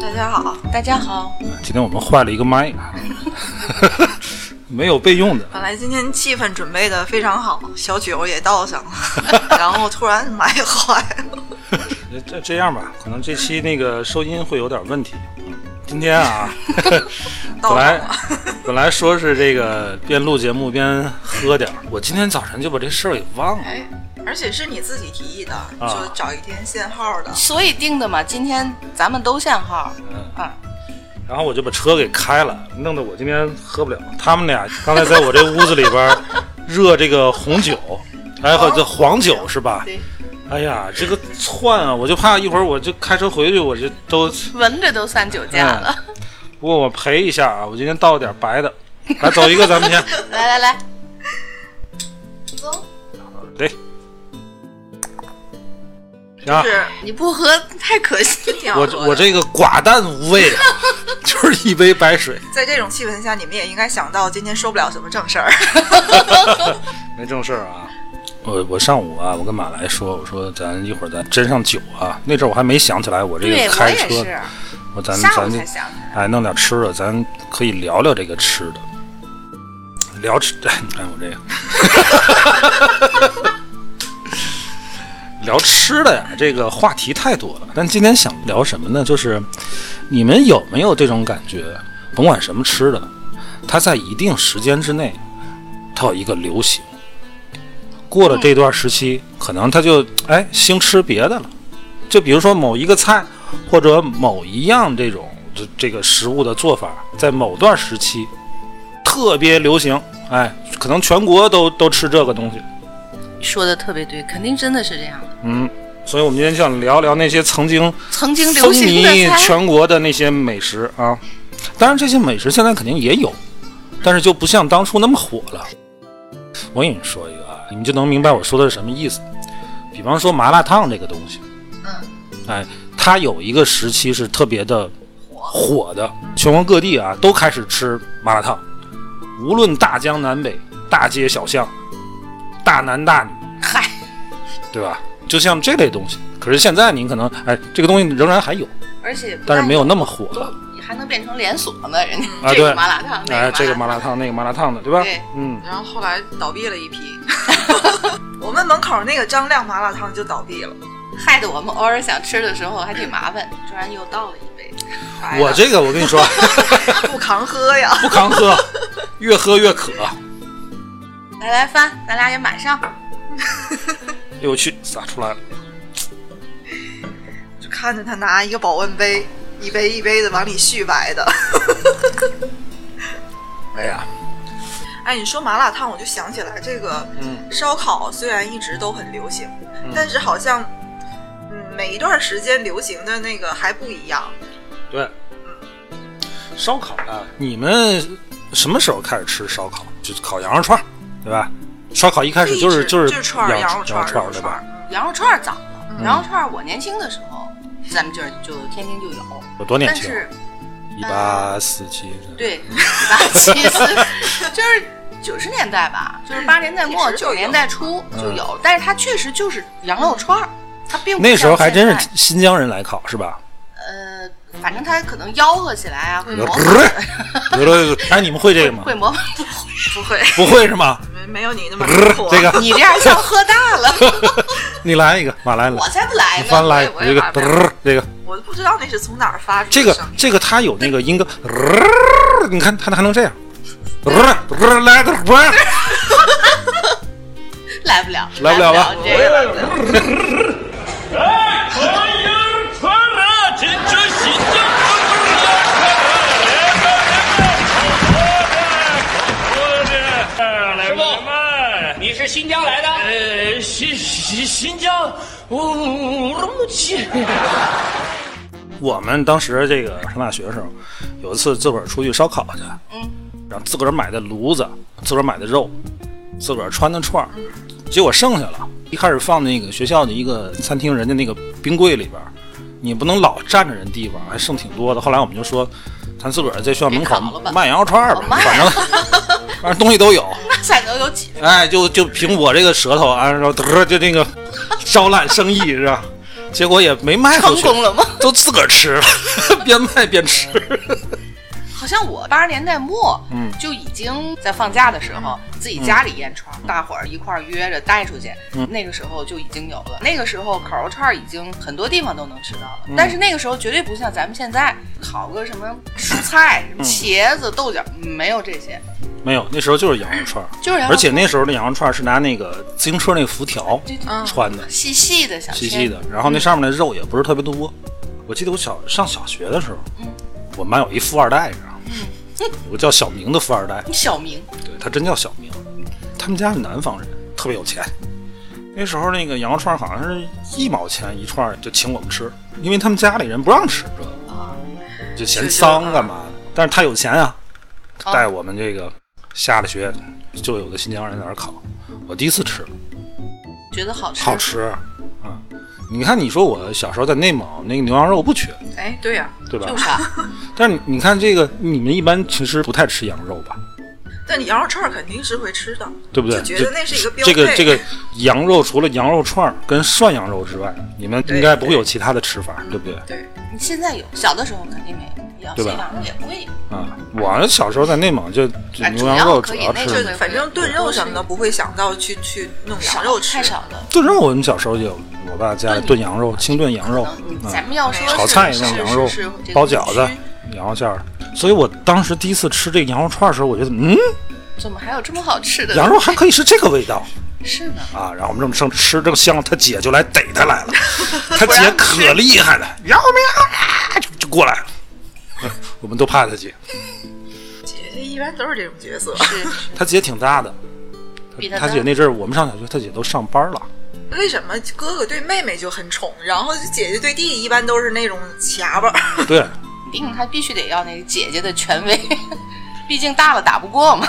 大家好，大家好。今天我们坏了一个麦，啊 没有备用的。本来今天气氛准备的非常好，小酒也倒 上了，然后突然麦坏了。这这样吧，可能这期那个收音会有点问题。今天啊，本到来了本来说是这个边录节目边喝点儿，我今天早晨就把这事儿给忘了。哎，而且是你自己提议的，你啊说找一天限号的。所以定的嘛，今天咱们都限号。嗯，然后我就把车给开了，弄得我今天喝不了。他们俩刚才在我这屋子里边儿热这个红酒，还有这黄酒是吧？对，哎呀，这个窜啊，我就怕一会儿我就开车回去，我就都哎闻着都散酒驾嗯了。 不过我赔一下啊，我今天倒了点白的，来走一个，咱们先来来来，得。行啊，是你不喝太可惜。挺好我喝这的我这个寡淡无味啊， 就是一杯白水，在这种气氛下，你们也应该想到今天说不了什么正事儿。没正事儿啊。我我上午啊，我跟马来说，我说咱一会儿咱斟上酒啊。那阵儿我还没想起来我这对个我 开也车，是，我咱下午咱就才想起哎弄点吃的，咱可以聊聊这个吃的，聊吃 哎，你看我这个，聊吃的呀，这个话题太多了。但今天想聊什么呢？就是你们有没有这种感觉？甭管什么吃的，它在一定时间之内，它有一个流行。过了这段时期，可能它就哎兴吃别的了。就比如说某一个菜，或者某一样这种这这个食物的做法，在某段时期特别流行，哎，可能全国都都吃这个东西。说的特别对，肯定真的是这样。嗯，所以我们今天就想聊聊那些曾经曾经流风行的靡菜，全国的那些美食啊。当然，这些美食现在肯定也有，但是就不像当初那么火了。我给你们说一个啊，你们就能明白我说的是什么意思。比方说麻辣烫这个东西，嗯，哎，它有一个时期是特别的火的，全国各地啊都开始吃麻辣烫，无论大江南北、大街小巷、大男大女，嗨，对吧？就像这类东西。可是现在您可能，哎，这个东西仍然还有，而且不但是但没有那么火了。你还能变成连锁呢，人家、啊这对个麻辣烫，那哎，这个个麻辣辣烫，那个麻辣烫的，对吧？对嗯，然后后来倒闭 了一批，我们门口那个张亮麻辣烫就倒闭了。烫， 害得我们偶尔想吃的时候还挺麻烦，突然又倒了一杯。哎呀我这个我跟你说，不扛喝呀。不扛喝，越喝越渴。来来翻，咱俩也买上。哎呦我去，洒出来了。就看着他拿一个保温杯，一杯一杯的往里续白的。哎呀，哎，你说麻辣烫，我就想起来这个嗯烧烤虽然一直都很流行，但是好像嗯每一段时间流行的那个还不一样。对，烧烤啊，你们什么时候开始吃烧烤？就是烤羊肉串儿，对吧？烧烤一开始就一是直是羊就是串儿羊肉肉串串儿，儿肉对串吧？儿。羊肉串儿早了，嗯羊肉串儿我年轻的时候，咱们这儿就天津就有，我多年但轻，是一八四七。对 八七四就是九十年代吧，就是八十年代末其实就九有十年代初嗯就有，但是它确实就是羊肉串儿，它并不那时候还真像是现在新疆人来烤，是吧？呃，反正它可能吆喝起来啊，嗯会模仿，哎，你们会这个吗？会模仿。不会，不会是吗？没没有你那么灵活。这个 你这样像喝大了，你来一个，马 来来，我才不来你呢，翻来我我也这个嘚玩不了儿这个。我都不知道那是从哪儿发出这的个声音。这个它有那个音歌，呃你看它还能这样，呃呃来的不是来不了，来不了了吧这个传啊，这这新疆师傅，你是新疆来的？呃，哦新新新疆，乌鲁木齐。 我们当时这个上大学的时候，有一次自个儿出去烧烤去，嗯，然后自个儿买的炉子，自个儿买的肉，自个儿穿的串儿，结果剩下了。一开始放那个学校的一个餐厅人家那个冰柜里边儿，你不能老占着人地方，还剩挺多的。后来我们就说，咱自个儿在学校门口别烤了吧卖羊肉串儿吧哦，卖反 正反正东西都有。那才能有几个？哎，就就凭我这个舌头啊，然后得就那个烧烂生意是吧？结果也没卖出成去，功了吗？都自个儿吃了，边卖边吃。好像我八十年代末，嗯就已经在放假的时候，自己家里腌嗯串，大伙儿一块儿约着带出去，那个时候就已经有了。那个时候烤肉串儿已经很多地方都能吃到嗯了，但是那个时候绝对不像咱们现在烤个什么蔬菜、嗯什么茄子、豆角，没有这些，没有，那时候就是羊肉串儿，就是羊肉而且那时候的羊肉串儿是拿那个自行车那个辐条这嗯穿的，细细的小细切细的，然后那上面的肉也不是特别多。我记得我小上小学的时候，我们班有一富二代，你知道吗？有个叫小明的富二代，小明，对他真叫小明，他们家是南方人，特别有钱。那时候那个羊肉串儿好像是一毛钱一串儿，就请我们吃，因为他们家里人不让吃这个，啊就嫌脏干嘛的。但是他有钱啊，哦带我们这个下了学就有的新疆人在那儿烤，我第一次吃，觉得好吃，好吃啊、嗯你看，你说我小时候在内蒙那个牛羊肉不缺，哎，对呀、对吧？就是啊，但是你看这个，你们一般其实不太吃羊肉吧？但你羊肉串儿肯定是会吃的，对不对？就觉得那是一个标这配。这个这个羊肉除了羊肉串儿跟涮羊肉之外，你们应该不会对有其他的吃法，对不对？对，你现在有，小的时候肯定没有，要对吧新羊肉也贵，啊，我小时候在内蒙就就哎牛羊肉主主要可以要那吃就个是反正炖肉什么的不会想到去去弄少羊肉吃太，少了。炖肉，我们小时候就有，我爸家里炖炖羊肉，清炖羊肉可嗯能，咱们要说炒是菜是弄是羊肉是这个包饺子地区，羊肉馅儿。所以我当时第一次吃这个羊肉串儿的时候，我觉得，嗯，怎么还有这么好吃的？羊肉还可以是这个味道是呢，啊！然后我们正正吃正香，他姐就来逮他来了，他姐可厉害了，要命啊！就就过来了， 我们都怕他姐，姐姐一般都是这种角色。是他姐挺大的，比他他姐那阵儿我们上小学，他姐都上班了。为什么哥哥对妹妹就很宠，然后姐姐对弟弟一般都是那种卡巴？对，定他必须得要那个姐姐的权威，毕竟大了打不 过嘛。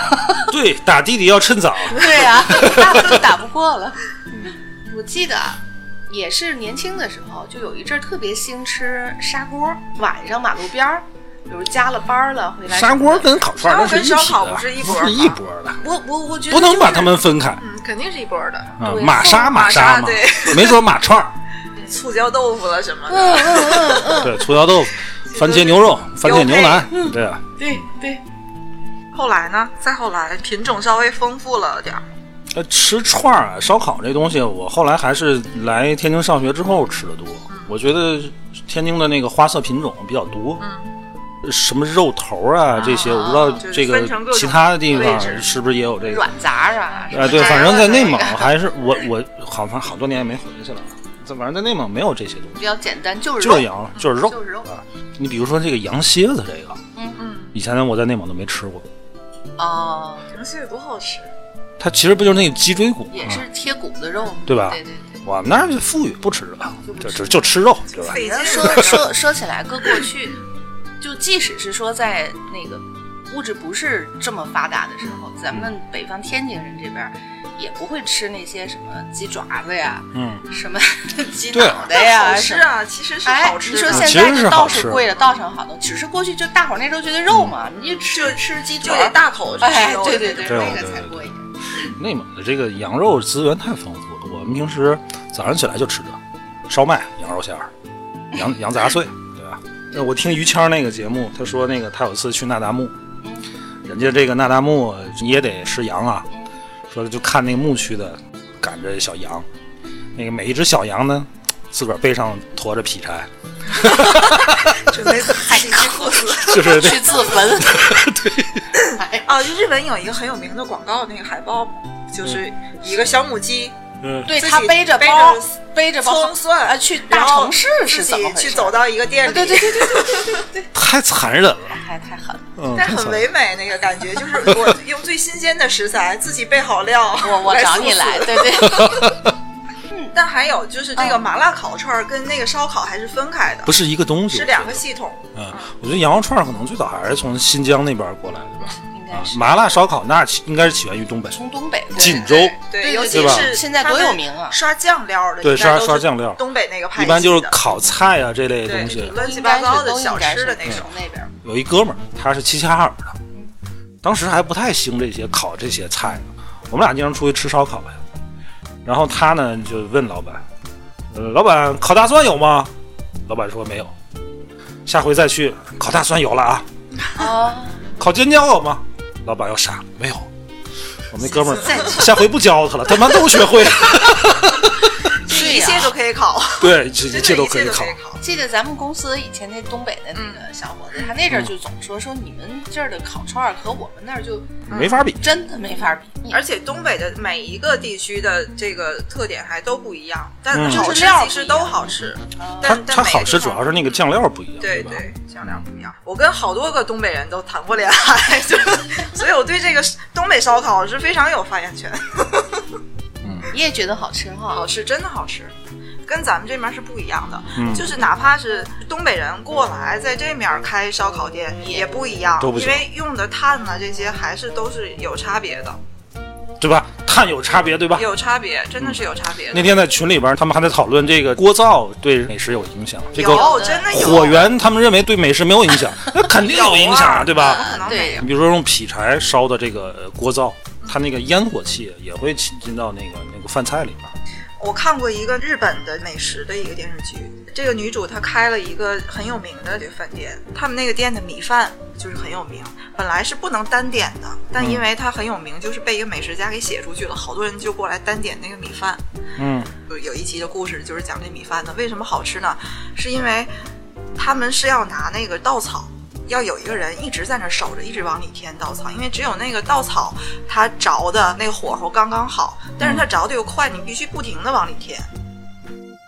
对，打弟弟要趁早。对呀、大了就打不过了。我记得啊，也是年轻的时候，就有一阵儿特别兴吃砂锅，晚上马路边儿，比如加了班儿了回来砂锅跟烤串儿那是一砂锅跟烧烤的，不是一不波是儿一吧波儿的， 我我我觉得不能就把是他们分开嗯，肯定是一波儿的，啊！对马杀马杀杀嘛对，没说马串儿，醋椒豆腐了什么嗯的。嗯嗯嗯，对，醋椒豆腐、番茄牛肉、番茄牛腩，对啊，对对，后来呢？再后来品种稍微丰富了点儿，呃，吃串儿啊，烧烤这东西，我后来还是来天津上学之后吃的多。我觉得天津的那个花色品种比较多，什么肉头儿啊这些，我不知道就是这个分成各种其他的地位方置是不是也有这个软。杂儿啊，什么哎，对，炸反正在的内那蒙个还是我我好像好多年也没回去了，在反正在内蒙没有这些东西，比较简单，就是就是肉，羊就是肉。啊就是肉你比如说这个羊蝎子这个，嗯嗯，以前我在内蒙都没吃过，哦，羊血多好吃。它其实不就是那个鸡椎骨也吗？是贴骨的肉，对吧对对对。我们那儿就富裕不吃了，就就就吃肉，对吧？费劲然后儿 说说说起来，搁过去，就即使是说在那个物质不是这么发达的时候，咱们嗯北方天津人这边儿也不会吃那些什么鸡爪子呀，嗯， 什么鸡对啊嗯脑袋呀，好吃什么。啊，其实是哎好，吃你的。说其现实在是这倒好吃嗯是贵了，倒是好多，只是过去就大伙儿那时候觉得肉嘛，你一吃就吃鸡就腿得儿，大口去哎吃肉，，对对对那对个才对过瘾。内蒙的这个羊肉资源太丰富了，我们平时早上起来就吃这烧麦、羊肉馅儿、羊羊杂碎，对吧？那我听于谦儿那个节目，他说那个他有一次去那达慕，人家这个那达慕你也得吃羊啊，说就看那个牧区的赶着小羊，那个每一只小羊呢，自个儿背上驮着劈柴， 准备 洗洗裤子。就是 那去自 焚，对，啊，就日本有一个很有名的广告，那个海报就是一个小母鸡，嗯，对自他己背着背着包，背着包葱蒜啊，去然大后城市是自怎么己回事？啊去走到一个店里，对对对对对，太残忍了，太太狠了。嗯，但太很残忍唯了。美那个感觉，就是 我用最新鲜的食材，自己备好料，我我来找送 你死来，对对。嗯，但还有就是这个嗯麻辣烤串儿跟那个烧烤还是分开的，不是一个东西，是我觉得两个系统。嗯，我觉得羊肉串儿可能最早还是从新疆那边儿过来的吧。应该啊，是麻辣烧烤那儿起应该是起源于东北，从东北对锦州对对，尤对其吧是现在他多们有名啊刷酱料的，对应该刷都是刷酱料东北那个派一般就是系的烤菜啊这类的对东西。乱七八糟的小吃的应该是都应。该那种是那边儿。有一哥们儿，他是齐齐哈尔的，当时还不太兴这些烤这些菜呢。我们俩经常出去吃烧烤去，然后他呢就问老板：“呃，老板烤大蒜有吗？”老板说没有，下回再去烤大蒜有了啊。哦啊，烤尖椒有吗？老板要傻了，没有。我们那哥们儿下回不教他了，他妈都学 会了。嗯对一呀、切都可以烤，对，这一真切的切都可以烤烤。。记得咱们公司以前那东北的那嗯个小伙子，他那阵儿就总说说你们这儿的烤串儿和我们那儿就没法比。真的没法比，而且东北的每一个地区的这个特点还都不一样，嗯但好就是吃料其实都好吃，它但但它每好个吃地主方要是那个酱料不一样，对吧？嗯对，酱料不一样。我跟好多个东北人都谈过恋爱， 就所以我对这个东北烧烤是非常有发言权。嗯你也觉得好吃哈？好吃，真的好吃，跟咱们这面是不一样的。嗯就是哪怕是东北人过来在这面开烧烤店也不一样，嗯都不行因为用的碳呐这些还是都是有差别的，对吧？碳有差别，对吧？有差别，真的是有差别的。啊那天在群里边，他们还在讨论这个锅灶对美食有影响，这个有，真的有啊火源他们认为对美食没有影 响，那肯定有影响啊，对怎么吧？可能没对有你比如说用劈柴烧的这个呃锅灶，它那个烟火气也会侵进到那个那个饭菜里边。我看过一个日本的美食的一个电视剧，这个女主她开了一个很有名的这个饭店，他们那个店的米饭就是很有名，本来是不能单点的，但因为它很有名，就是被一个美食家给写出去了，好多人就过来单点那个米饭。嗯，有有一集的故事就是讲这米饭的，为什么好吃呢？是因为他们是要拿那个稻草，要有一个人一直在那守着，一直往里添稻草，因为只有那个稻草它着的那个火候刚刚好，但是它着的又快，你必须不停的往里添。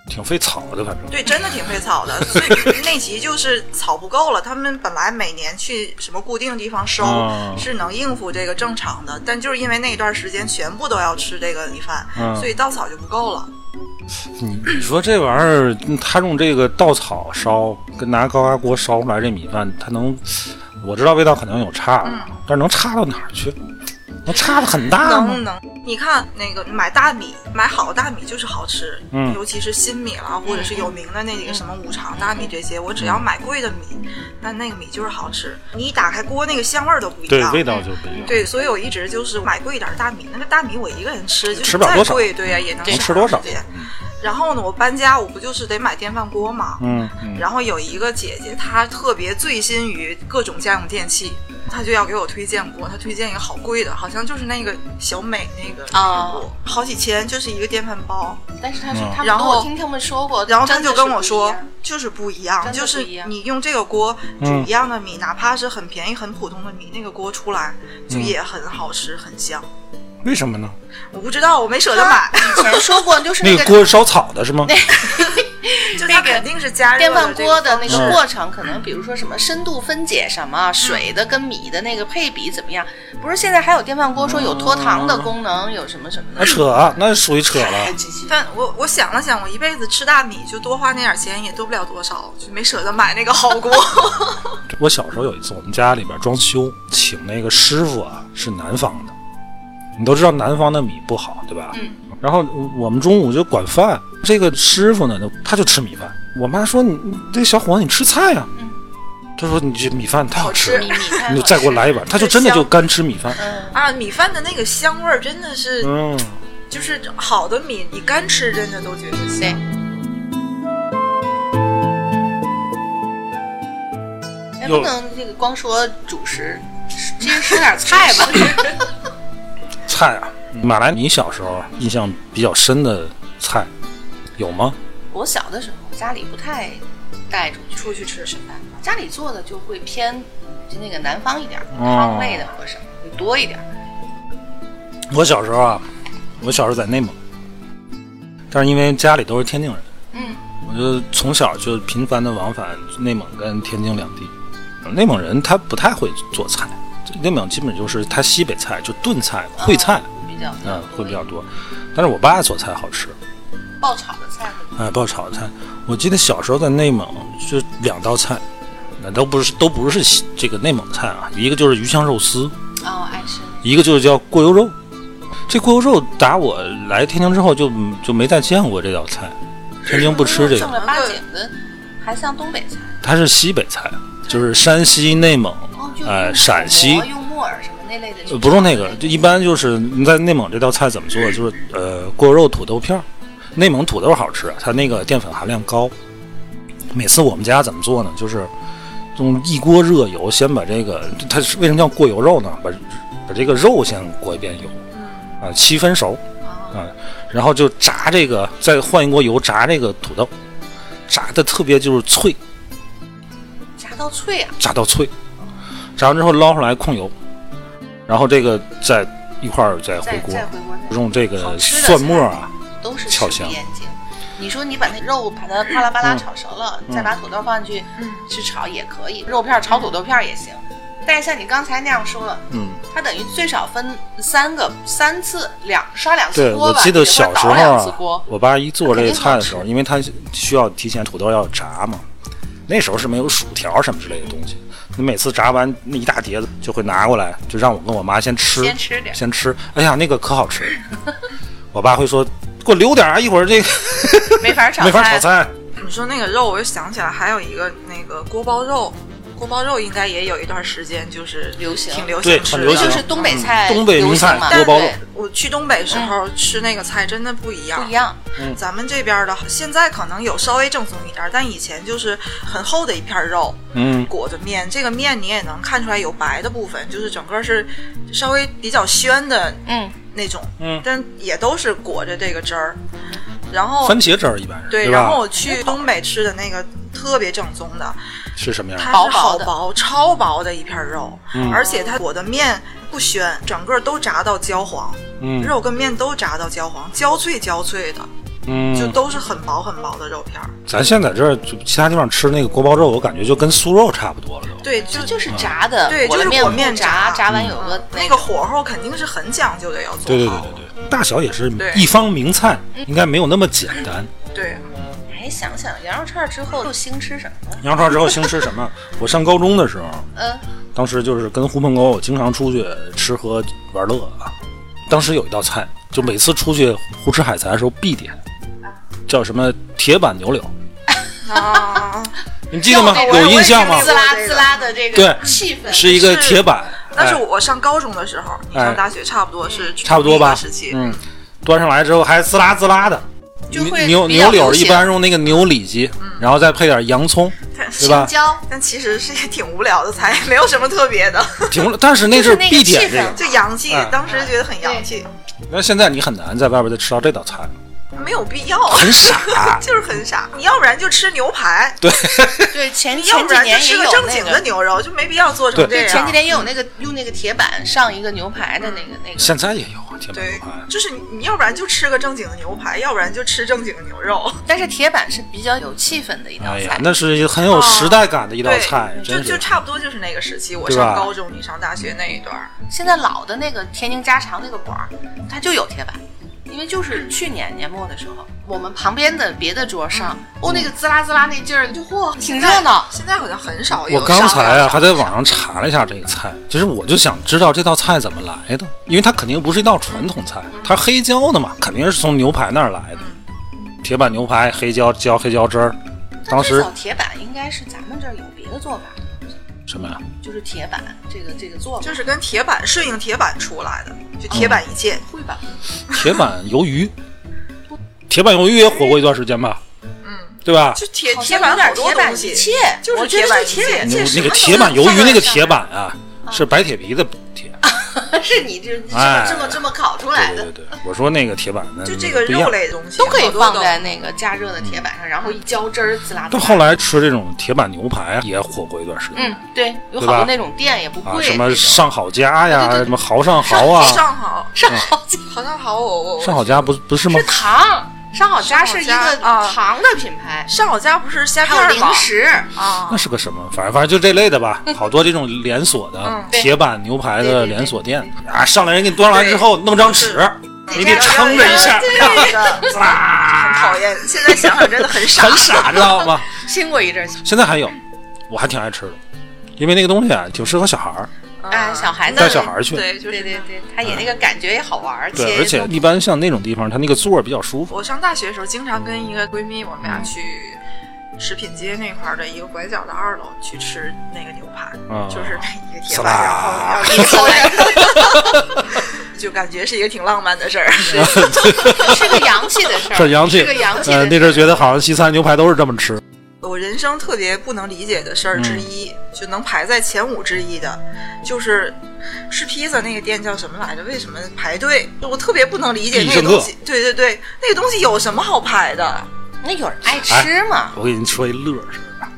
挺费草的，反正。对，真的挺费草的。所以那集就是草不够了，他们本来每年去什么固定地方收、嗯是能应付这个正常的，但就是因为那段时间全部都要吃这个米饭，嗯所以稻草就不够了。你你说这玩意儿，嗯他用这个稻草烧，跟拿高压锅烧出来这米饭，它能，我知道味道可能有差啊的，嗯但是能差到哪儿去？能差的很大吗能？能，你看那个买大米，买好大米就是好吃，嗯尤其是新米啦，或者是有名的那几个什么五常大米这些，我只要嗯买贵的米，那那个米就是好吃。你一打开锅，那个香味儿都不一对，样，味道就不一样。嗯对，所以我一直就是买贵一点儿大米，那个大米我一个人吃，就是吃不了多少再贵，对呀、也能能吃多少对然后呢，我搬家我不就是得买电饭锅嘛，嗯嗯，然后有一个姐姐，她特别醉心于各种家用电器，她就要给我推荐锅。她推荐一个好贵的，好像就是那个小美那个啊锅，好几千，就是一个电饭煲。但是他说嗯他们然跟后我听他们说过，然后她真的就是跟我不一说样，就是不一样，真的就不是一样你用这个锅煮嗯一样的米，哪怕是很便宜、很普通的米，那个锅出来嗯就也很好吃、很香。为什么呢？我不知道，我没舍得买，以前说过就是 那那个个锅是烧草的是吗？ 就它那个肯定是加热电饭锅的的这那个嗯个过程，可能比如说什么深度分解什么嗯水的跟米的那个配比怎么样？不是现在还有电饭锅说有脱嗯糖的功能，有什么什么那的？扯啊，那属于扯了哎。这些但我我想了想，我一辈子吃大米就多花那点钱，也多不了多少，就没舍得买那个好锅。我小时候有一次，我们家里边装修，请那个师傅啊，是南方的。你都知道南方的米不好，对吧？嗯。然后我们中午就管饭，这个师傅呢，他就吃米饭。我妈说：“你你这小伙子，你吃菜呀、嗯他说：“你这米饭太好吃好了吃米，米太你好就再给我吃来一碗。”他就真的就干吃米饭。嗯， 啊，米饭的那个香味儿真的是，嗯，就是好的米，你干吃真的都觉得香。对。哎，有不能这个光说主食，其实吃点菜吧。 菜啊，马来，你小时候啊印象比较深的菜有吗？我小的时候家里不太带出去出去吃吃饭，家里做的就会偏就那个南方一点儿，哦汤类的或什么会多一点儿。我小时候啊，我小时候在内蒙，但是因为家里都是天津人，嗯，我就从小就频繁的往返内蒙跟天津两地。内蒙人他不太会做菜，内蒙基本就是他西北菜就炖菜、烩菜，嗯比较嗯，会比较多。但是我爸做菜好吃，爆炒的菜是吗？哎，爆炒菜。我记得小时候在内蒙就两道菜，那都不是都不是西这个内蒙菜啊，一个就是鱼香肉丝，哦，爱吃那一个就是叫过油肉。这过油肉打我来天津之后就就没再见过这道菜，天津不吃这正个，儿八经的，还像东北菜。它是西北菜，就是山西、内蒙哦，就，呃，用陕西馍。用木耳什么那类的去呃炒，不用那个，就一般就是你在内蒙这道菜怎么做，就是呃过肉土豆片儿。内蒙土豆好吃，它那个淀粉含量高。每次我们家怎么做呢？就是用一锅热油，先把这个它是为什么叫过油肉呢？把把这个肉先过一遍油，啊、七分熟，啊、然后就炸这个，再换一锅油炸这个土豆，炸的特别就是脆，炸到脆啊，炸到脆，炸完之后捞出来控油，然后这个再一块儿再回再锅，再回锅再用这好个吃的呃蒜末菜啊，都是炒食香嗯不严谨。你说你把那肉把它啪啦啪啦炒熟了，再把土豆放进去、嗯去炒也可以，肉片儿炒土豆片儿也行。但是像你刚才那样说了，嗯，它等于最少分三个三次两刷两次对锅我吧，记得小时候你得给我倒两次啊 锅，，我爸一做这个菜的时候，肯定好因为他需要提前土豆要炸嘛，那时候是没有薯条什么之类的东西，你每次炸完那一大碟子就会拿过来，就让我跟我妈先吃，先吃点先吃哎呀，那个可好吃，我爸会说。给我留点啊！一会儿这个没法炒没法炒菜，你说那个肉，我就想起来还有一个那个锅包肉，锅包肉应该也有一段时间就是流行挺流对行很吃流的。行就是东北菜嗯东北流名行菜嘛，锅包肉对我去东北时候吃那个菜真的不一样，不一样。咱们这边的现在可能有稍微正宗一点儿，但以前就是很厚的一片肉，嗯，裹着面，这个面你也能看出来有白的部分，就是整个是稍微比较暄的嗯，那种，嗯但也都是裹着这个汁儿。然哦后番茄汁儿一般是，对，吧？然后我去东北吃的那个特别正宗的，是什么样？它薄是薄好的薄、超薄的一片肉，嗯而且它裹的面不暄，整个都炸到焦黄，嗯肉跟面都炸到焦黄，焦脆焦脆的，嗯，就都是很薄很薄的肉片儿。咱现在这儿就其他地方吃那个锅包肉，我感觉就跟酥肉差不多了都。对，这就就是嗯炸的，对裹了就是面裹糊面炸，炸嗯炸完有个那个火候肯定是很讲究的，要做好。对对对对对，大小也是对一方名菜，应该没有那么简单。对哎，想想羊肉串之后又兴吃什么了？羊肉串之后兴吃什 么？我上高中的时候，嗯，当时就是跟狐朋狗友经常出去吃喝玩乐啊。当时有一道菜，就每次出去胡吃海塞的时候必点，叫什么铁板牛柳，啊， 你记得吗？就那个有印象吗我也滋是啦滋啦的这个对气氛，是一个铁板，但是哎我上高中的时候，你哎上大学差不多是差不多吧同一个时期，嗯，端上来之后还滋啦滋啦的。就牛会牛比较牛柳嗯流一行般用那个牛里脊，然后再配点洋 葱，但对吧青？椒， 但其实是一个挺无聊的菜， 没有什么特别的， 挺，但是那就是是那个必点气这氛个。就洋气哎，当时觉得很洋气，那现在你很难在外边再吃到这道菜了，没有必要，。很傻 就是很傻。你要不然就吃牛排，对前你要前不几然就年也吃有个正经那的个。牛肉，就没必要做对成这样。前几年也有那个用那个铁板上一个牛排的那个那个，现在也有啊，铁板牛对排，，就是你你要不然就吃个正经的牛排，要不然就吃正经的牛肉。但是铁板是比较有气氛的一道哎呀菜，。那是一个哦很有时代感的一道对菜，，就真。就是差不多就是那个时期，我对吧上高中，你上大学那一段儿。现在老的那个天津家常那个馆儿，它就有铁板，因为就是去年年末的时候，我们旁边的别的桌上，嗯哦，那个滋啦滋啦那劲儿，就嚯，挺热闹。现在好像很少有。我刚才啊还在网哎上上。查了一下这个菜，其实我就想知道这道菜怎么来的，因为它肯定不是一道传统菜，它是黑椒的嘛，肯定是从牛排那儿来的，铁板牛排、黑椒浇黑椒汁儿，当最时早铁板应该是咱们这儿有别的做法，什么呀？就是铁板这个这个做法就是跟铁板顺应铁板出来的，就铁板一件。会吧？铁板鱿鱼，铁板鱿鱼也火过一段时间吧？嗯，对吧？就铁好铁像板有点好多铁板东一西切，，就是我觉得铁板是一那个那个铁板一切，切么铁板都能鱿鱼上那个得上铁板啊，是白铁皮的铁。啊是你这这么哎这么这么烤出来对的对。对，我说那个铁板那就这个不一样肉。类的东西都可嗯以好多放在那个加热的铁板上，然后一浇汁儿，滋啦滋到啦。后来吃这种铁板牛排也火过一段时间嗯，对，有对好吧多那种店也不啊，贵，什么上好佳呀，什么豪上豪都啊，上好上好佳好像好我我我上好佳不不是吗是？糖，上好佳是一上个好佳啊糖的品牌，上好佳不是虾片还有儿吗零食，啊那，是个什么？反正反正就这类的 吧，好多这种连锁的嗯铁板牛排对对的对连锁店啊，上来人给你端上来之后弄张纸，你得撑着一下， 这个很哇，讨厌。现在想想真的很傻很。傻，知道吗？兴过一阵儿，现在还有，我还挺爱吃的，因为那个东西啊，挺适合小孩儿，哎，嗯小孩子带小孩儿去。嗯对，就对是对对，他也那个感觉也好玩儿，对，切而 且一般像那种地方，它那个座儿比较舒服。我上大学的时候，经常跟一个闺蜜，我们俩去食品街那块儿的一个拐角的二楼去吃那个牛排，嗯就是一个铁是板，然吧后要一口两个 就感觉是一个挺浪漫的事儿。是个洋气的事儿，是洋气是个洋气呃，的那事阵儿觉得好像西餐牛排都是这么吃。我人生特别不能理解的事儿嗯之一，就能排在前五之一的，就是吃披萨那个店叫什么来着？为什么排队？我特别不能理解必那个胜客东西。对对对，那个东西有什么好排的？那有人爱吃吗？我给你说一乐事儿啊，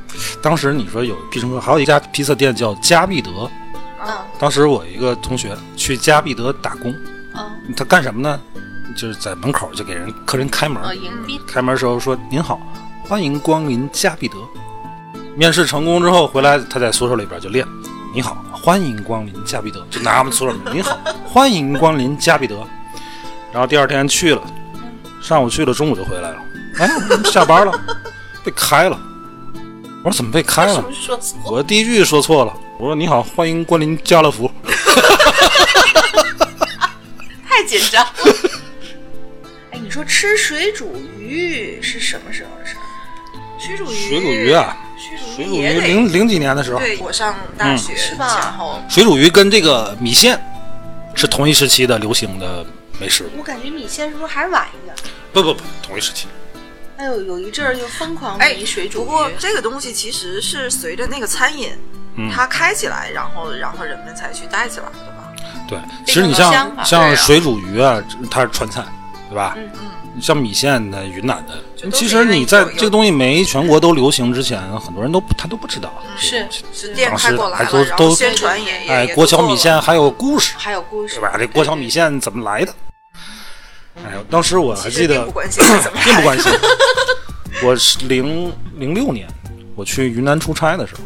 当时你说有必胜客，还有一家披萨店叫加必德。嗯当时我一个同学去加必德打工，嗯他干什么呢？就是在门口就给人客人开门，呃，迎宾开门时候说：“您好，欢迎光临加必德。”面试成功之后回来，他在宿舍里边就练：“你好，欢迎光临加必德。”就拿我们宿舍门：“您好，欢迎光临加必德。”然后第二天去了，上午去了，中午就回来了。哎，下班了， 被开了。我说怎么被开了？说错，我第一句说错了。我说你好，欢迎光临家乐福。太紧张 了。哎，你说吃水煮鱼是什么时候的事儿？水煮鱼，水煮鱼啊，水水煮煮鱼鱼也得。零零几年的时候，对，我上大嗯学是吧嗯前后，水煮鱼跟这个米线是同一时期的流行的美食。我感觉米线是不是还晚一点儿？不不不，同一时期。哎呦，有一阵儿就疯狂哎迷水煮鱼，不过这个东西其实是随着那个餐饮、嗯它开起来，然后然后人们才去带起来的吧。对，其实你啊像像水煮鱼啊，它是川菜，对吧？嗯嗯。像米线呢，云南的就，都是其实你在因为有这个东西没全国都流行之前，很多人都不他都不知道。是是是嗯店当开时过啊来还了，都然后都宣传也也哎也，过做桥米了线还有故事，还有故事对吧？这过桥米线怎么来的？哎呦，当时我还其实记得并不关心是怎么来的并不关心。 我是零零六年，我去云南出差的时候，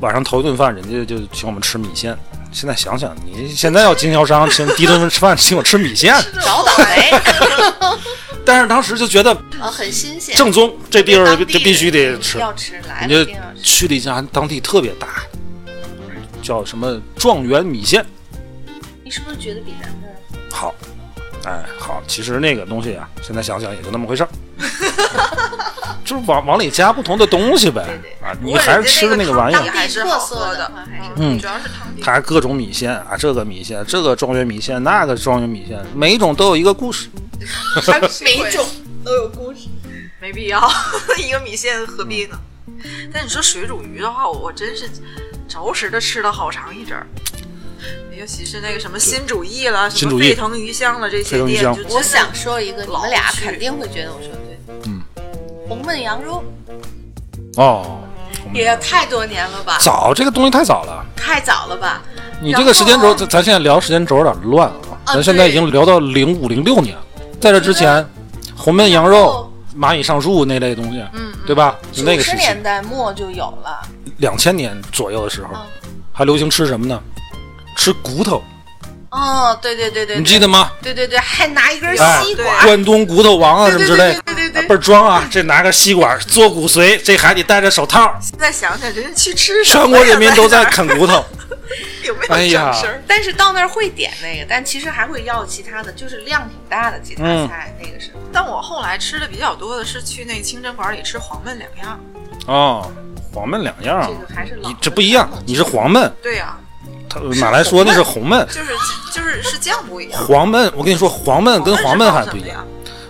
晚上头一顿饭，人家就请我们吃米线。现在想想，你现在要经销商请第一顿饭请我吃米 线，找倒霉 但是当时就觉得啊，很新鲜，正宗，这地儿当地这必须得人吃。要吃来人了一家定要吃。去了一家当地特别大，叫什么状元米线，你是不是觉得比咱们这儿好，哎，好，其实那个东西啊，现在想想也就那么回事儿， 就是往往里加不同的东西呗。啊，你还是吃的那个玩意也儿，还是特好色喝的话还是嗯主要是汤底。它各种米线啊，这个米线，这个状元米线，那个状元米线，每一种都有一个故事。 每一种都有故事，没必要， 一个米线何必呢？但你说水煮鱼的话，我真是着实的吃了好长一阵儿。尤其是那个什么新主义了，什新么主义沸腾鱼香了这沸些腾鱼店，香就真的我想说一个，你们俩老去肯定会觉得我说的对。嗯，红焖羊肉哦，我们也要太多年了吧，早这个东西太早了，太早了吧？你这个时间然轴，后咱咱现在聊时间轴有点乱了啊，啊咱现在对已经聊到零五零六年了，在这之前，红焖羊然肉后、蚂蚁上树那类东西，嗯，对吧？就那九个时十期年。代末就有了，两千年左右的时候嗯，还流行吃什么呢？吃骨头，哦，对对对对，对你记得？吗？对对对，还拿一根哎吸管，对关东骨头王啊什么之类的，对对对对对对啊倍儿装啊！这拿个吸管做骨髓，这还得戴着手套。现在想想，真是去吃什么全呀国人民都在啃骨头， 有没有哎呀正事儿？但是到那儿会点那个，但其实还会要其他的，就是量挺大的其他嗯菜。那个时候，但我后来吃的比较多的是去那清真馆里吃黄焖两样。哦，黄焖两样啊这个还是老你的这不一样传，统你是黄焖，对呀、他马来说那是红焖，就是就是是酱不一样，黄焖。我跟你说，黄焖 跟黄焖还是不放什么一样呀。。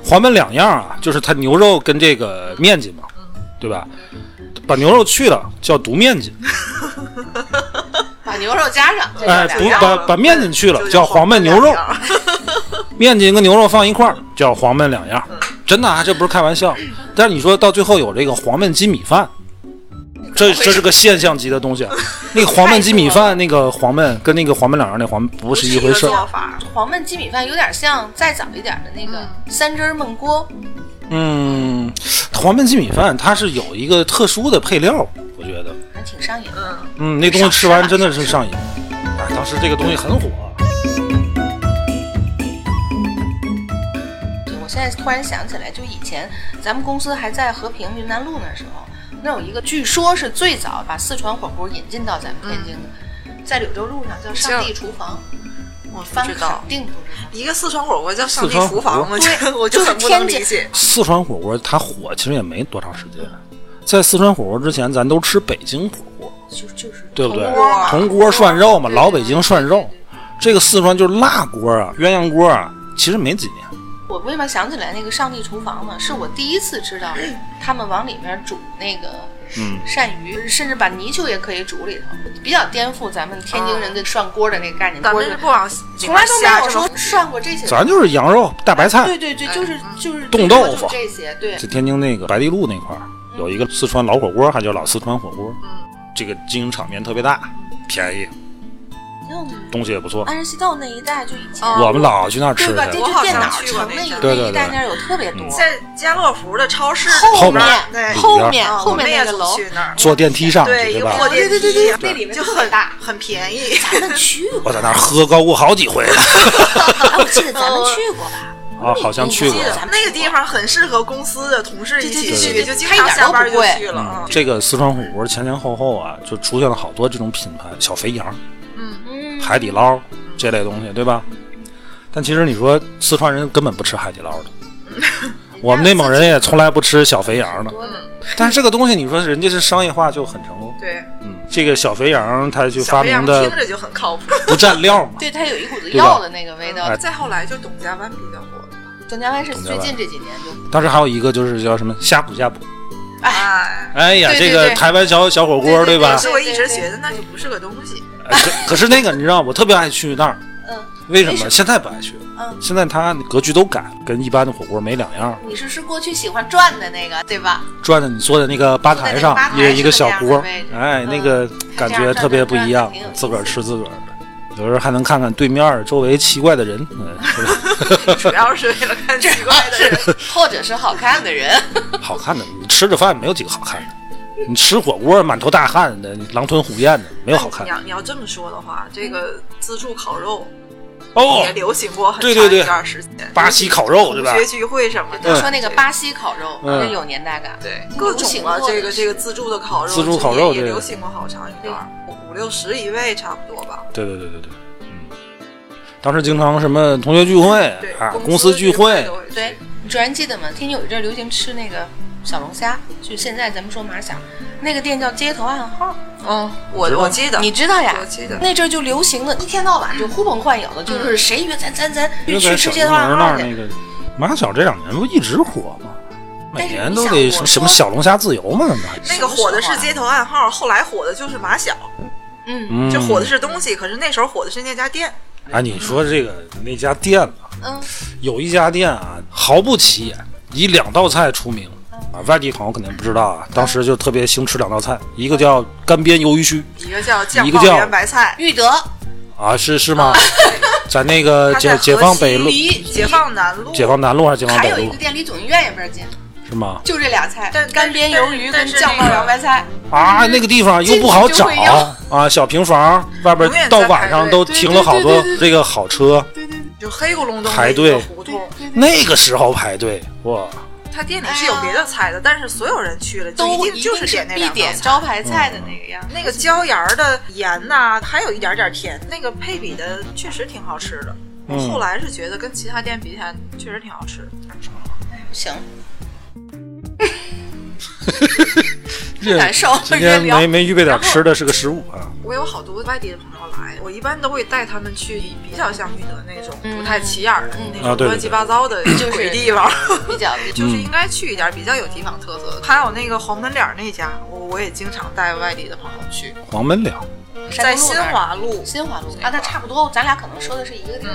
黄焖两样啊，就是它牛肉跟这个面筋嘛，对吧？把牛肉去了叫独面筋，把牛肉加上，这哎两不样把把面筋去了就叫黄焖牛肉黄焖两样面筋跟牛肉放一块儿叫黄焖两样儿，真的啊，这不是开玩笑。但是你说到最后有这个黄焖鸡米饭，这这是个现象级的东西啊。那个黄焖鸡米饭，那个黄焖跟那个黄焖两样儿那黄不是一回事 不是一个做儿。法。黄焖鸡米饭有点像再早一点的那个三汁儿焖锅，嗯，黄焖鸡米饭它是有一个特殊的配料，我觉得，还挺上瘾的。嗯，嗯，那东西吃完真的是上瘾。哎，当时这个东西很火啊。在突然想起来，就以前咱们公司还在和平云南路那时候，那有一个据说是最早把四川火锅引进到咱们天津的，在柳州路上叫上帝厨房，我翻不知道肯定不知道。一个四川火锅叫上四帝川厨房，火我锅觉得我对就很是不能天津理解。四川火锅它火其实也没多长时间，在四川火锅之前，咱都吃北京火锅，就就是对不对铜锅嘛？铜锅涮肉嘛，对老北京涮肉。这个四川就是辣锅啊，鸳鸯锅啊，其实没几年。我为嘛想起来那个上帝厨房呢？是我第一次知道他们往里面煮那个嗯鳝鱼，甚至把泥鳅也可以煮里头，比较颠覆咱们天津人对涮锅的那个概念。咱锅们是是不往从来都没有说说涮过这些。咱就是羊肉、大白菜对。对对，就是就是冻豆腐就是这些，对在天津那个白堤路那块儿有一个四川老火锅，还叫老四川火锅，这个经营场面特别大，便宜，像东西也不错。安仁西道那一带就以前哦我们老去那儿吃哎对吧？这去，我就好电像脑去过城那那一家对对那一带对那儿有特别多。在家乐福的超市后面嗯对面后面啊后我们面也那个总楼，去那儿，坐电梯上去，对，对一吧？坐电梯，对对对对那里面就特别很大很便宜。咱们去过，我在那儿喝高过好几回 了哎我记得咱们去过吧？啊，好像去过我记。得咱们那个地方很适合公司的同事一起对对对去，对就对经常下班就它一去点了。嗯嗯，这个四川火锅前前后后啊，就出现了好多这种品牌，小肥羊、嗯，海底捞这类东西，对吧？但其实你说四川人根本不吃海底捞 的，我们内蒙人也从来不吃小肥羊的。多呢。但是这个东西，你说人家是商业化就很成功。对，嗯，这个小肥羊它就小发肥羊明听的着就很靠谱。不蘸料嘛，对，它有一股子对吧药的那个味道哎。再后来就董家湾比较火，董家湾是董家最湾近这几年就当时还有一个就是叫什么呷哺呷哺，哎，哎呀，对这对个对台湾小小火锅对对吧 但？是我一直对对觉得那就不是个东西。哎可可是那个你知道，我特别爱去那儿，嗯，为什为什么？么现在不爱去了，嗯现在它格局都改了，跟一般的火锅没两样了。你是是过去喜欢转的那个对吧？转着你坐在那个吧台上坐在那个吧，台一人一个小锅是个这样的位置，哎，嗯那个感觉特别不一样这样，这样这样自个儿吃自个儿的，有时候还能看看对面周围奇怪的人，嗯，是 吧主要是为了看奇怪的人。或者是好看的人，好看的。你吃着饭没有几个好看的，你吃火锅满头大汗的，你狼吞虎咽的，没有好看你的。要嗯你要这么说的话，这个自助烤肉哦也，流行过很对长对对一段时间，巴西烤肉对吧同？学聚会什么嗯的，说那个巴西烤肉嗯也有年代感。对，各种啊，流行过这个这个自助的烤肉，自助烤肉这也个流行过好长一段儿，五六十一位差不多吧。对对对对对，嗯，当时经常什么同学聚会对，啊，公公司聚会会都，会去对，，你主然记得吗？天津有一阵儿流行吃那个小龙虾，就现在咱们说马小，那个店叫街头暗号，嗯，我知道我记得，你知道呀我？记得嗯那阵儿就流行的，一天到晚就呼朋唤友的，就是谁约咱咱咱因去为在去吃小街龙头门暗那号儿那去。个马小这两年不一直火吗？每但是年你都想得我什么说什么小龙虾自由嘛，那还是那个火的啊是街头暗号，后来火的就是马小，嗯嗯，就火的是东西，可是那时候火的是那家店。啊，你说这个那家店吧，嗯，有一家店啊，毫不起眼，以两道菜出名啊。外地朋友肯定不知道啊，当时就特别兴吃两道菜，一个叫干煸鱿鱼须一个叫酱一个爆叫圆白菜，玉德啊，是是吗？在那个 它呃解在解河放西北路、离解放南路，解放南路还是解放还北有一路个店离总医院也倍儿近，是吗？就这俩菜但，干煸鱿鱼跟酱爆凉白菜。啊，那个地方又不好找进去就会啊，小平房外边永远在到晚排上队都停了好多这个好车，就黑咕隆咚的排一队个胡同。那个时候排队哇，它店里是有别的菜的，但是所有人去了就哎都一一定定就是是点那必两道点菜。嗯招牌菜的那个样。那个椒盐儿的盐呐、还有一点点甜，那个配比的确实挺好吃的。我嗯后来是觉得跟其他店比起来，确实挺好吃。行，这难受今越 天聊没没预备点然后吃的是个食物啊。我有好多外地的朋友来，我一般都会带他们去比较像玉德那种不太起眼儿的那啊对种对乱七八糟的嗯是嗯鬼地方，比较 就是嗯应该去一点比较有地方特色的。还有那个黄门脸儿那家，我我也经常带外地的朋友去，黄焖粮，在新华路，新华路啊，那差不多，咱俩可能说的是一个地方，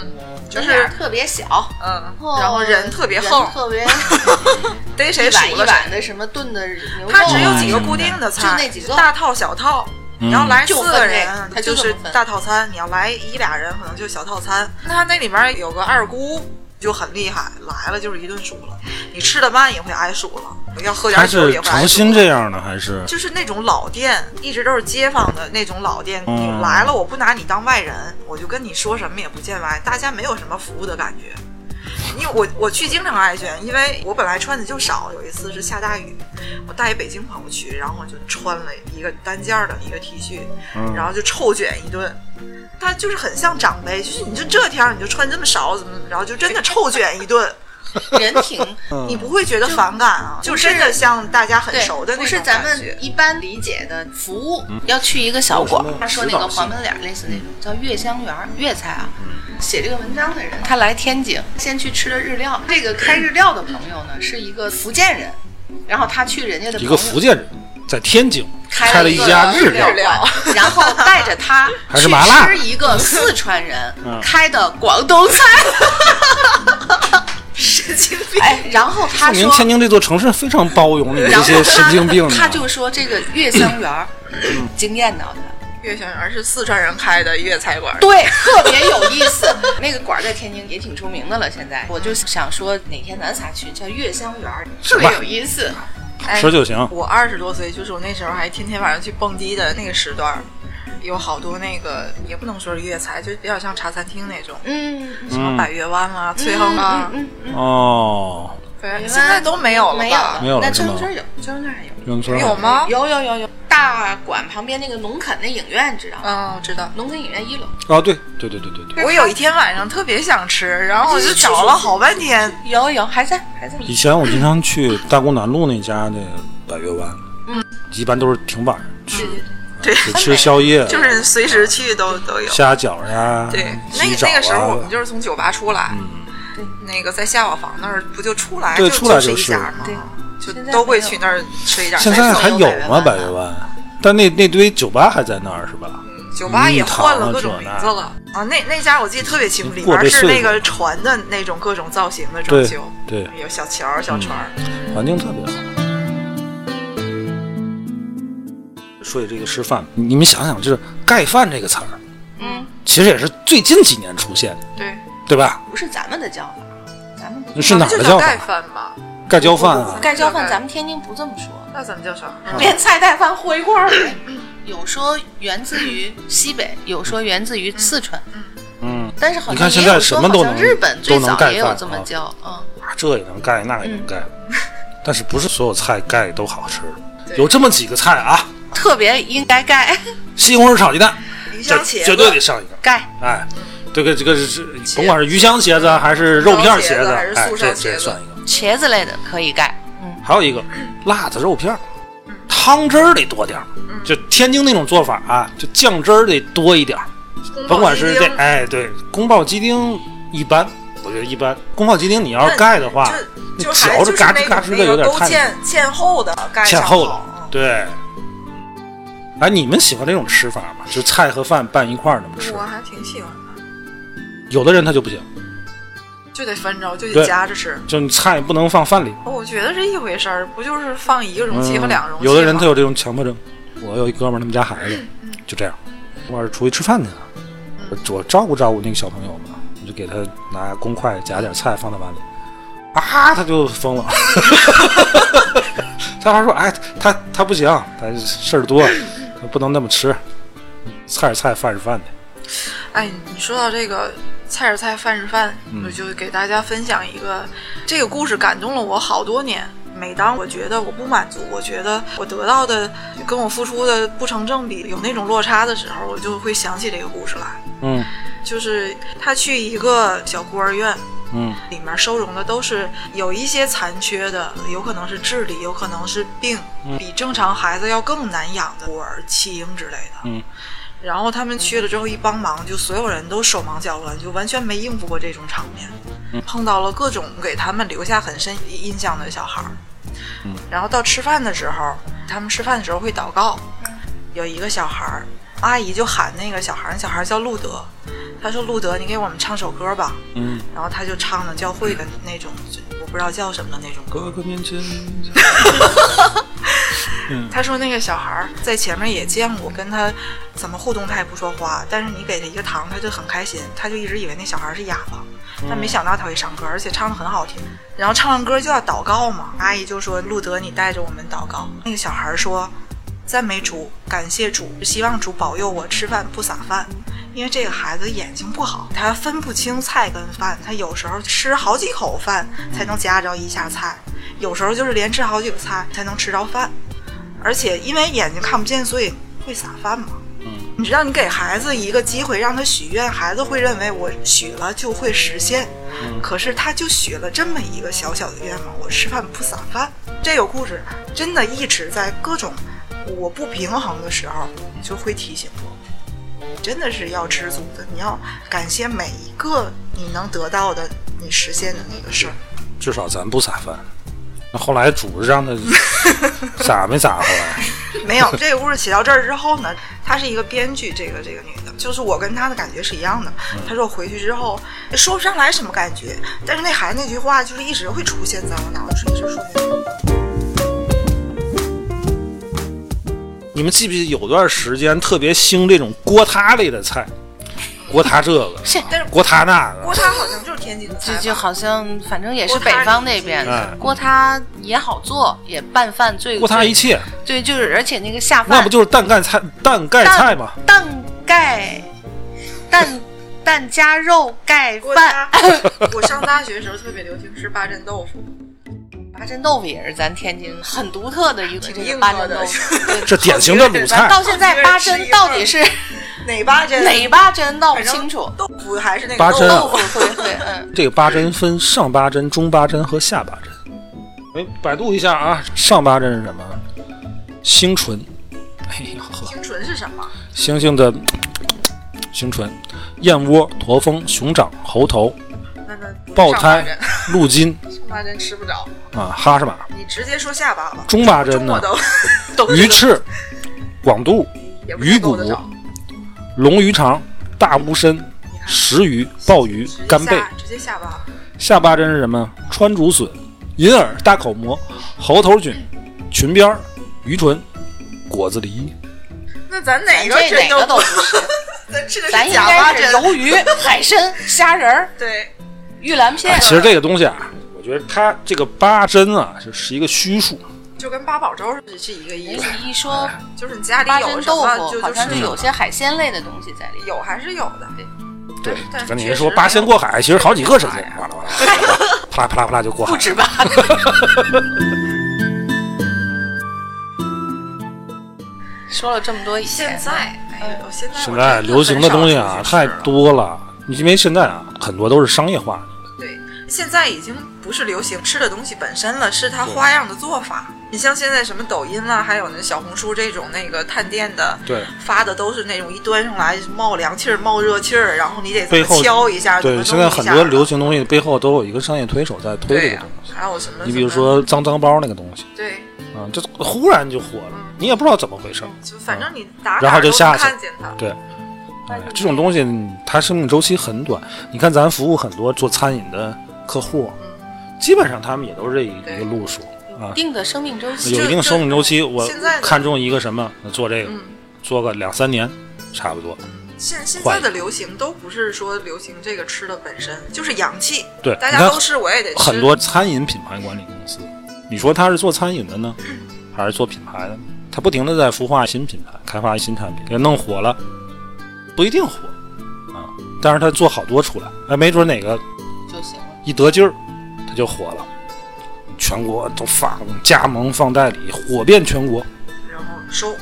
就咱是俩特别小，嗯，然后人特别哦人横，特别逮一 谁碗数一了谁。碗的什么炖的牛肉，啊它只有几个固定的菜，就那几个大套小套。嗯你要来四就个分类人，它就就是这么分大套餐；你要来一俩人，可能就小套餐。那它那里面有个二姑就很厉害，来了就是一顿数了。你吃的慢也会挨数了，要喝它点酒是也会挨诚数心。这样的还是？就是那种老店，一直都是街坊的那种老店。你嗯来了，我不拿你当外人，我就跟你说什么也不见外，大家没有什么服务的感觉。因为我我去经常爱捐，因为我本来穿的就少，有一次是下大雨，我带一北京朋友去，然后我就穿了一个单件儿的一个 T 恤，然后就臭卷一顿。他就是很像长辈，就是你就这天儿你就穿这么少，怎么怎么，然后就真的臭卷一顿， 人挺你不会觉得反感啊？就真的像大家很对，熟的那不是种咱感们觉。一般理解的服务，要去一个小馆嗯有什么儿，说那个指导性嗯黄焖脸儿类似那种叫月香园儿粤菜啊。写这个文章的人，他来天津，先去吃了日料。这个开日料的朋友呢，是一个福建人，然后他去人家的一个朋友福建人在天津开开了一一家日料，馆，然后带着他还去是麻辣吃一个四川人嗯开的广东菜。神经病，哎，然后他证明说，天津这座城市非常包容你们然这后些神他经病。他就说这个月香园儿惊艳到他。月轩园是四川人开的粤菜馆，对，特别有意思。那个馆儿在天津也挺出名的了，现在我就想说哪天咱仨去，叫月香园儿，特别有意思。哎吃就行我二十多岁，就是我那时候还天天晚上去蹦迪的那个时段儿，有好多那个也不能说是粤菜，就比较像茶餐厅那种，嗯，什么百越湾啦、翠亨啦，嗯嗯，哦，对现在都没有了没有吧？了，没有了那是春吗城村有，春城村还有，永春有吗？有有有有，大馆旁边那个农垦那影院，知道吗？嗯，我知道。农垦影院一楼哦，对对对对对对，我有一天晚上特别想吃，然后我就找了好半天。有有还在还在，以前我经常去大沽南路那家那个百越湾，一般都是挺晚上去，对，只吃宵夜，就是随时去都都有。虾饺呀，对，那鸡个爪那个时候我哎啊们。就是从酒吧出来，嗯那个在下瓦房那儿不就出来对就出来就就是一是家吗？对就现在都会没有去那儿吃一点。现在还有吗？百百越越湾，但那那堆酒吧还在那儿是吧？酒吧也换了各种蜜名糖啊嗯字了啊！那那家我记得特别清楚，里过这面是岁那数个船的那种各种造型的装对修，对，嗯有小桥、小船。环境特别好。说起这个吃饭，你们想想，就是“盖饭”这个词儿，嗯，其实也是最近几年出现的，对，对吧？不是咱们的叫法，咱们是哪儿咱的啊们就叫法盖？饭吧？盖浇饭啊，盖浇饭，咱们天津不这么说。那咱们叫啥？嗯连菜带饭和一块儿了。 有说源自于西北，有说源自于四川，嗯，但是好你看像也现在有什说么好都像能日本最都能早盖也有饭这么啊叫，嗯，啊这也能盖，那也嗯能盖，但是不是所有菜盖都好吃？对有这么几个菜啊，特别应该盖西红柿炒鸡蛋，鱼这香茄绝对子得上一个。 盖，哎，这个这个是甭管是鱼香茄子啊还是肉片茄还是哎素，烧这茄这子算一个。茄子类的可以盖，还有一个嗯辣子肉片儿，汤汁儿得多点儿。就天津那种做法啊，就酱汁儿得多一点儿。甭管是这宫保鸡丁哎对，宫爆鸡丁一般，我觉得一般。宫爆鸡丁你要是盖的话，就那就还嚼就着是嘎吱那种嘎吱的那有个点勾太芡芡后的盖欠上后好了。对。哎，你们喜欢这种吃法吗？就菜和饭拌一块儿那么吃我？还挺喜欢的，有的人他就不行，就得分着，就对得夹着吃。哦就你菜不能放饭里。我觉得这一回事儿，不就是放一个容器和两个容器嗯吗？嗯有的人他有这种强迫症。我有一哥们儿，他们家孩子就这样，我是出去吃饭去了，嗯我我照顾照顾那个小朋友嘛，我就给他拿公筷夹点菜放在碗里，啊，他就疯了。 他还说：“哎，他他不行，他事儿多，他不能那么吃，菜是菜，饭是饭的。哎，你说到这个菜是菜，饭是饭，嗯我就给大家分享一个，这个故事感动了我好多年。每当我觉得我不满足，我觉得我得到的跟我付出的不成正比，有那种落差的时候，我就会想起这个故事来。嗯就是他去一个小孤儿院，”嗯里面收容的都是有一些残缺的，有可能是智力，有可能是病，比正常孩子要更难养的孤儿、弃婴之类的。嗯然后他们去了之后一帮忙，就所有人都手忙脚乱，就完全没应付过这种场面，碰到了各种给他们留下很深印象的小孩儿。然后到吃饭的时候，他们吃饭的时候会祷告，有一个小孩儿，阿姨就喊那个小孩儿，那小孩儿叫路德，她说路德，你给我们唱首歌吧。嗯，然后他就唱了教会的那种，我不知道叫什么的那种歌。哥哥面前，他说那个小孩儿在前面也见过，跟他怎么互动他也不说话，但是你给他一个糖他就很开心，他就一直以为那小孩是哑巴，但没想到他会唱歌，而且唱的很好听。然后唱完歌就要祷告嘛，阿姨就说路德你带着我们祷告。那个小孩说。赞美主，感谢主，希望主保佑我吃饭不撒饭。因为这个孩子眼睛不好，他分不清菜跟饭，他有时候吃好几口饭才能夹着一下菜，有时候就是连吃好几个菜才能吃着饭。而且因为眼睛看不见，所以会撒饭嘛。嗯，你知道，你给孩子一个机会让他许愿，孩子会认为我许了就会实现。可是他就许了这么一个小小的愿望：我吃饭不撒饭。这个故事真的一直在各种我不平衡的时候就会提醒我，真的是要知足的，你要感谢每一个你能得到的、你实现的那个事儿。至少咱不撒饭。那后来主让他 撒没撒？后来没有，这个故事写到这儿之后呢，她是一个编剧，这个这个女的，就是我跟她的感觉是一样的。嗯她说我回去之后说不上来什么感觉，但是那孩子那句话就是一直会出现在我脑子里，一直出现。你们记不记得有段时间特别兴这种锅塌类的菜？锅塌这个， 是但是锅塌那锅个，塌好像就是天津的菜就吧，就好像反正也是锅北塌方那边的嗯锅塌也好做，也拌饭 最锅塌最一切，对，就是而且那个下饭那不就是蛋盖菜蛋盖蛋菜吗？蛋盖蛋蛋加肉盖锅饭，哎塌。 我上大学的时候特别流行吃八珍豆腐，八珍豆腐也是咱天津很独特的一个这硬个八核珍的嗯豆 腐，对这典型的鲁咱菜，到现在八珍到底是哪八珍？哪八珍闹不嗯反正清楚。豆腐还是那个八豆珍啊豆腐会会嗯，这个八珍分上八珍、中八珍和下八珍。哎，百度一下啊，上八珍是什么？星醇。哎呦呵，清纯是什么？星星的星醇，燕窝、驼峰、熊掌、猴头、那那爆上胎、鹿筋八珍上八珍吃不着，啊、哈什马。你直接说下巴吧。中八珍中呢国？都都鱼翅、广肚、也不鱼是够骨得着。、龙鱼肠、大乌参、石鱼、鲍鱼直接、干贝。下直接下巴。下八珍是什么？川竹笋、银耳、大口蘑、猴头菌、裙边儿、鱼唇、果子狸。那咱哪个这真哪都个都不不，是，咱吃的咱是应假八该珍是。鱿鱼、海参、虾仁儿、对，玉兰片哎，。其实这个东西啊，我觉得它这个八珍啊，就是一个虚数。就跟八宝粥是是一个意思，一说就是你家里哎八哎有珍什豆么腐，就好就像是就有些海鲜类的东西在里头。有还是有的。对但，是跟确您实说八仙过海，其实好几个神仙，哇啦哇啦，啪啦啪啦啪啦就过海不了。 止吧？说了这么多以现前，在，啊哎呦，现在我现在流行的东西啊真的很少太出去吃了。多了，因为现在啊很多都是商业化的。对，现在已经不是流行吃的东西本身了，是它花样的做法。你像现在什么抖音啊啦，还有那小红书这种那个探店的，对发的都是那种一端上来冒凉气儿、冒热气儿，然后你得怎背后么敲一下，怎对，么现在弄一很下多的流行东西背后都有一个商业推手在推对这个呀东西。还有什么？你比如，说脏脏包那个东西对，啊，这忽然就火了，你也不知道怎么回事儿。就反正你嗯打然后卡就都下能去看见它。对，哎这种东西它生命周期很短。你看咱服务很多做餐饮的客户，嗯基本上他们也都是这一个路数啊一，定的生命周期有一定生命周期。我现在的嗯看中一个什么，做这个，做个两三年，差不多。现现换在一的流行都不是说流行这个吃的本身，就是洋气。对大你家看都吃，我也得吃。很多餐饮品牌管理公司，你说他是做餐饮的呢，还是做品牌的？他不停的在孵化新品牌，开发新产品，给弄火了，不一定火啊，但是他做好多出来，哎，没准哪个就行了。一得劲儿，它就火了，全国都放加盟放代理，火遍全国，然后收，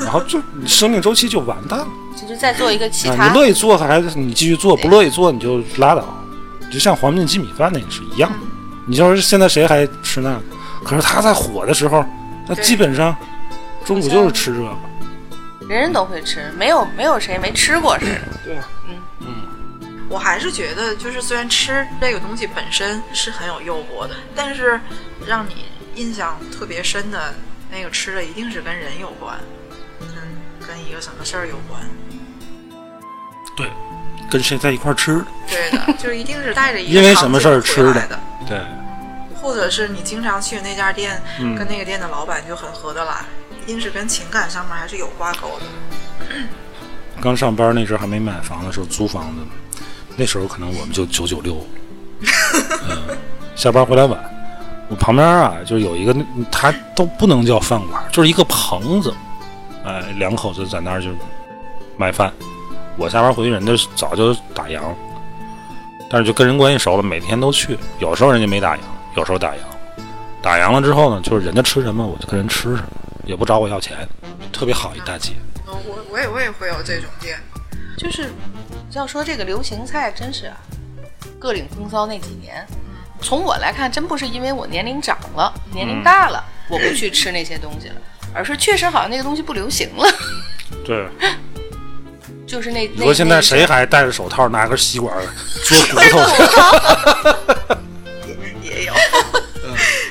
然后就你生命周期就完蛋了。其实再做一个其啊，他你，乐意做还是你继续做，不乐意做你就拉倒，就像黄焖鸡米饭那也是一样的。嗯你就是现在谁还吃那个？可是他在火的时候，那对基本上中午就是吃这个。人人都会吃，没有没有谁没吃过似的。我还是觉得，就是虽然吃这个东西本身是很有诱惑的，但是让你印象特别深的那个吃的，一定是跟人有关，跟跟一个什么事儿有关。对，跟谁在一块儿吃？对 的，就是一定是带着一个因为场什么景事儿回吃的来的，对，或者是你经常去那家店，嗯跟那个店的老板就很合得来，一定是跟情感上面还是有挂钩的。刚上班那时候还没买房的时候，租房子，那时候可能我们就九九六，嗯， 下班回来晚。我旁边啊，就有一个那，他都不能叫饭馆，就是一个棚子，哎，两口子在那儿就买饭。我下班回去，人家早就打烊，但是就跟人关系熟了，每天都去。有时候人家没打烊，有时候打烊。打烊了之后呢，就是人家吃什么我就跟人吃什么，也不找我要钱，特别好一大姐。嗯我我也我也会有这种店，就是要说这个流行菜，真是啊，各领风骚那几年。从我来看，真不是因为我年龄长了、年嗯龄大了，我不去吃那些东西了，而是确实好像那个东西不流行了。 对，就是那你说现在谁？还戴着手套，拿根吸管嘬骨头？ 也有。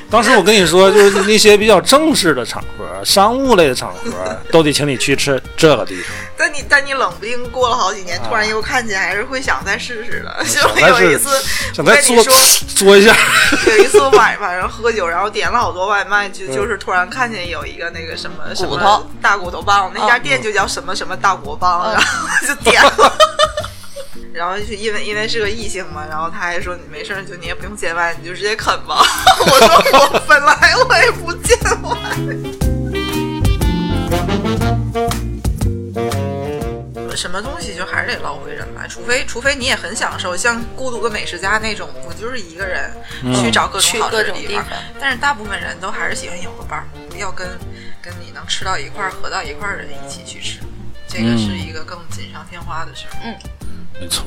当时我跟你说，就是那些比较正式的场合、商务类的场合，都得请你去吃这个地 方。但你但你冷不丁过了好几啊年，突然又看见，还是会想再试试嗯的。就但有是一次，想再我跟嘬你说，嘬一下。有一次晚晚上喝酒，然后点了好多外卖，嗯就就是突然看见有一个那个什么什骨头么大骨头啊嗯棒，那家店就叫什么什么大骨棒，然后就点了。然后就因为因为是个异性嘛，然后他还说你没事儿，就你也不用见外，你就直接啃吧。 我说我本来我也不见外。什么东西就还是得捞回人来，除非除非你也很享受，像《孤独的美食家》那种，我就是一个人去找各去种好吃各的种地方。方但是大部分人都还是喜欢有个伴儿，要跟跟你能吃到一块儿、合到一块儿的人一起去吃，这个是一个更锦上添花的事儿。 没错，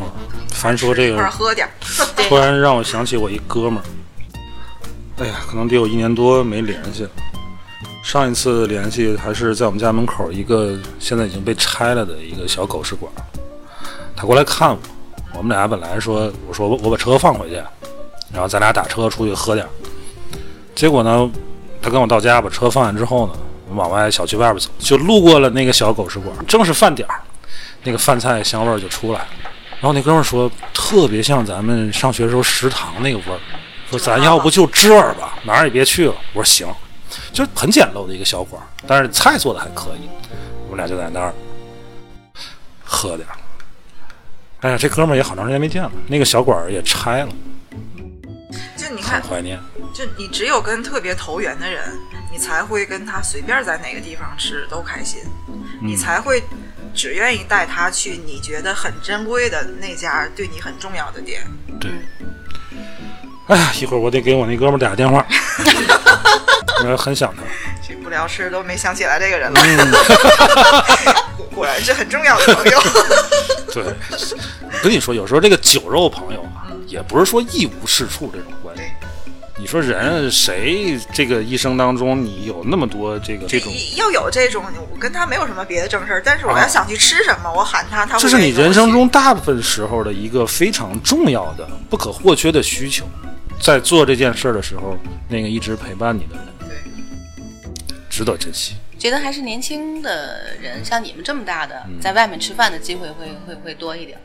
凡说这 一块个，儿喝点儿，突然让我想起我一哥们儿。哎呀，可能得有一年多没联系了。上一次联系还是在我们家门口一个现在已经被拆了的一个小狗食馆，他过来看我，我们俩本来说我说我我把车放回去，然后咱俩打车出去喝点儿。结果呢，他跟我到家把车放下之后呢，我们往外小区外边走，就路过了那个小狗食馆，正是饭点儿，那个饭菜香味儿就出来了。然后那哥们儿说，特别像咱们上学时候食堂那个味儿，说咱要不就这儿吧，哪儿也别去了。我说行，就是很简陋的一个小馆儿，但是菜做的还可以。我们俩就在那儿喝点儿。哎呀，这哥们儿也好长时间没见了，那个小馆儿也拆了， 就你很看，怀念。就你只有跟特别投缘的人，你才会跟他随便在哪个地方吃都开心，嗯你才会只愿意带他去你觉得很珍贵的那家对你很重要的店。对。哎呀，一会儿我得给我那哥们儿打个电话，我很想他。这不聊吃都没想起来这个人了，嗯果 果然是很重要的朋友。对，我跟你说，有时候这个酒肉朋友啊，也不是说一无是处这种关系对。你说人谁这个一生当中，你有那么多这个这 种，要有这种，我跟他没有什么别的正事儿，但是我啊要想去吃什么，我喊他，他会这是你愿意跟我人生去中大部分时候的一个非常重要的、不可或缺的需求。在做这件事儿的时候，那个一直陪伴你的人对。值得珍惜。觉得还是年轻的人，像你们这么大的，在外面吃饭的机会会会会多一点。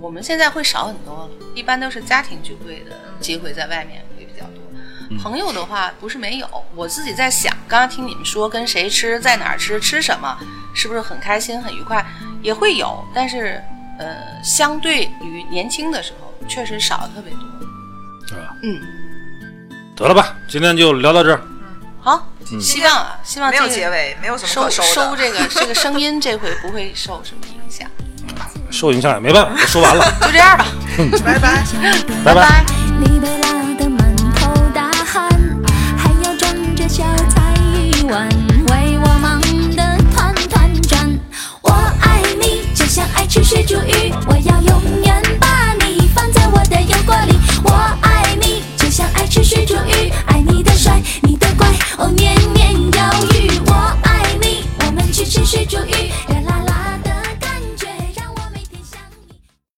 我们现在会少很多了，一般都是家庭聚会的嗯机会在外面会比较多。朋友的话不是没有，我自己在想，刚刚听你们说跟谁吃，在哪儿吃，吃什么，是不是很开心很愉快，也会有，但是呃，相对于年轻的时候，确实少得特别多。是吧？嗯，得了吧，今天就聊到这儿。好，希望啊，希望没有这个结尾，没有什么收可收的。这个这个声音，这回不会受什么影响。 受影响也没办法，我说完了，就这样吧，拜拜。拜拜。你本来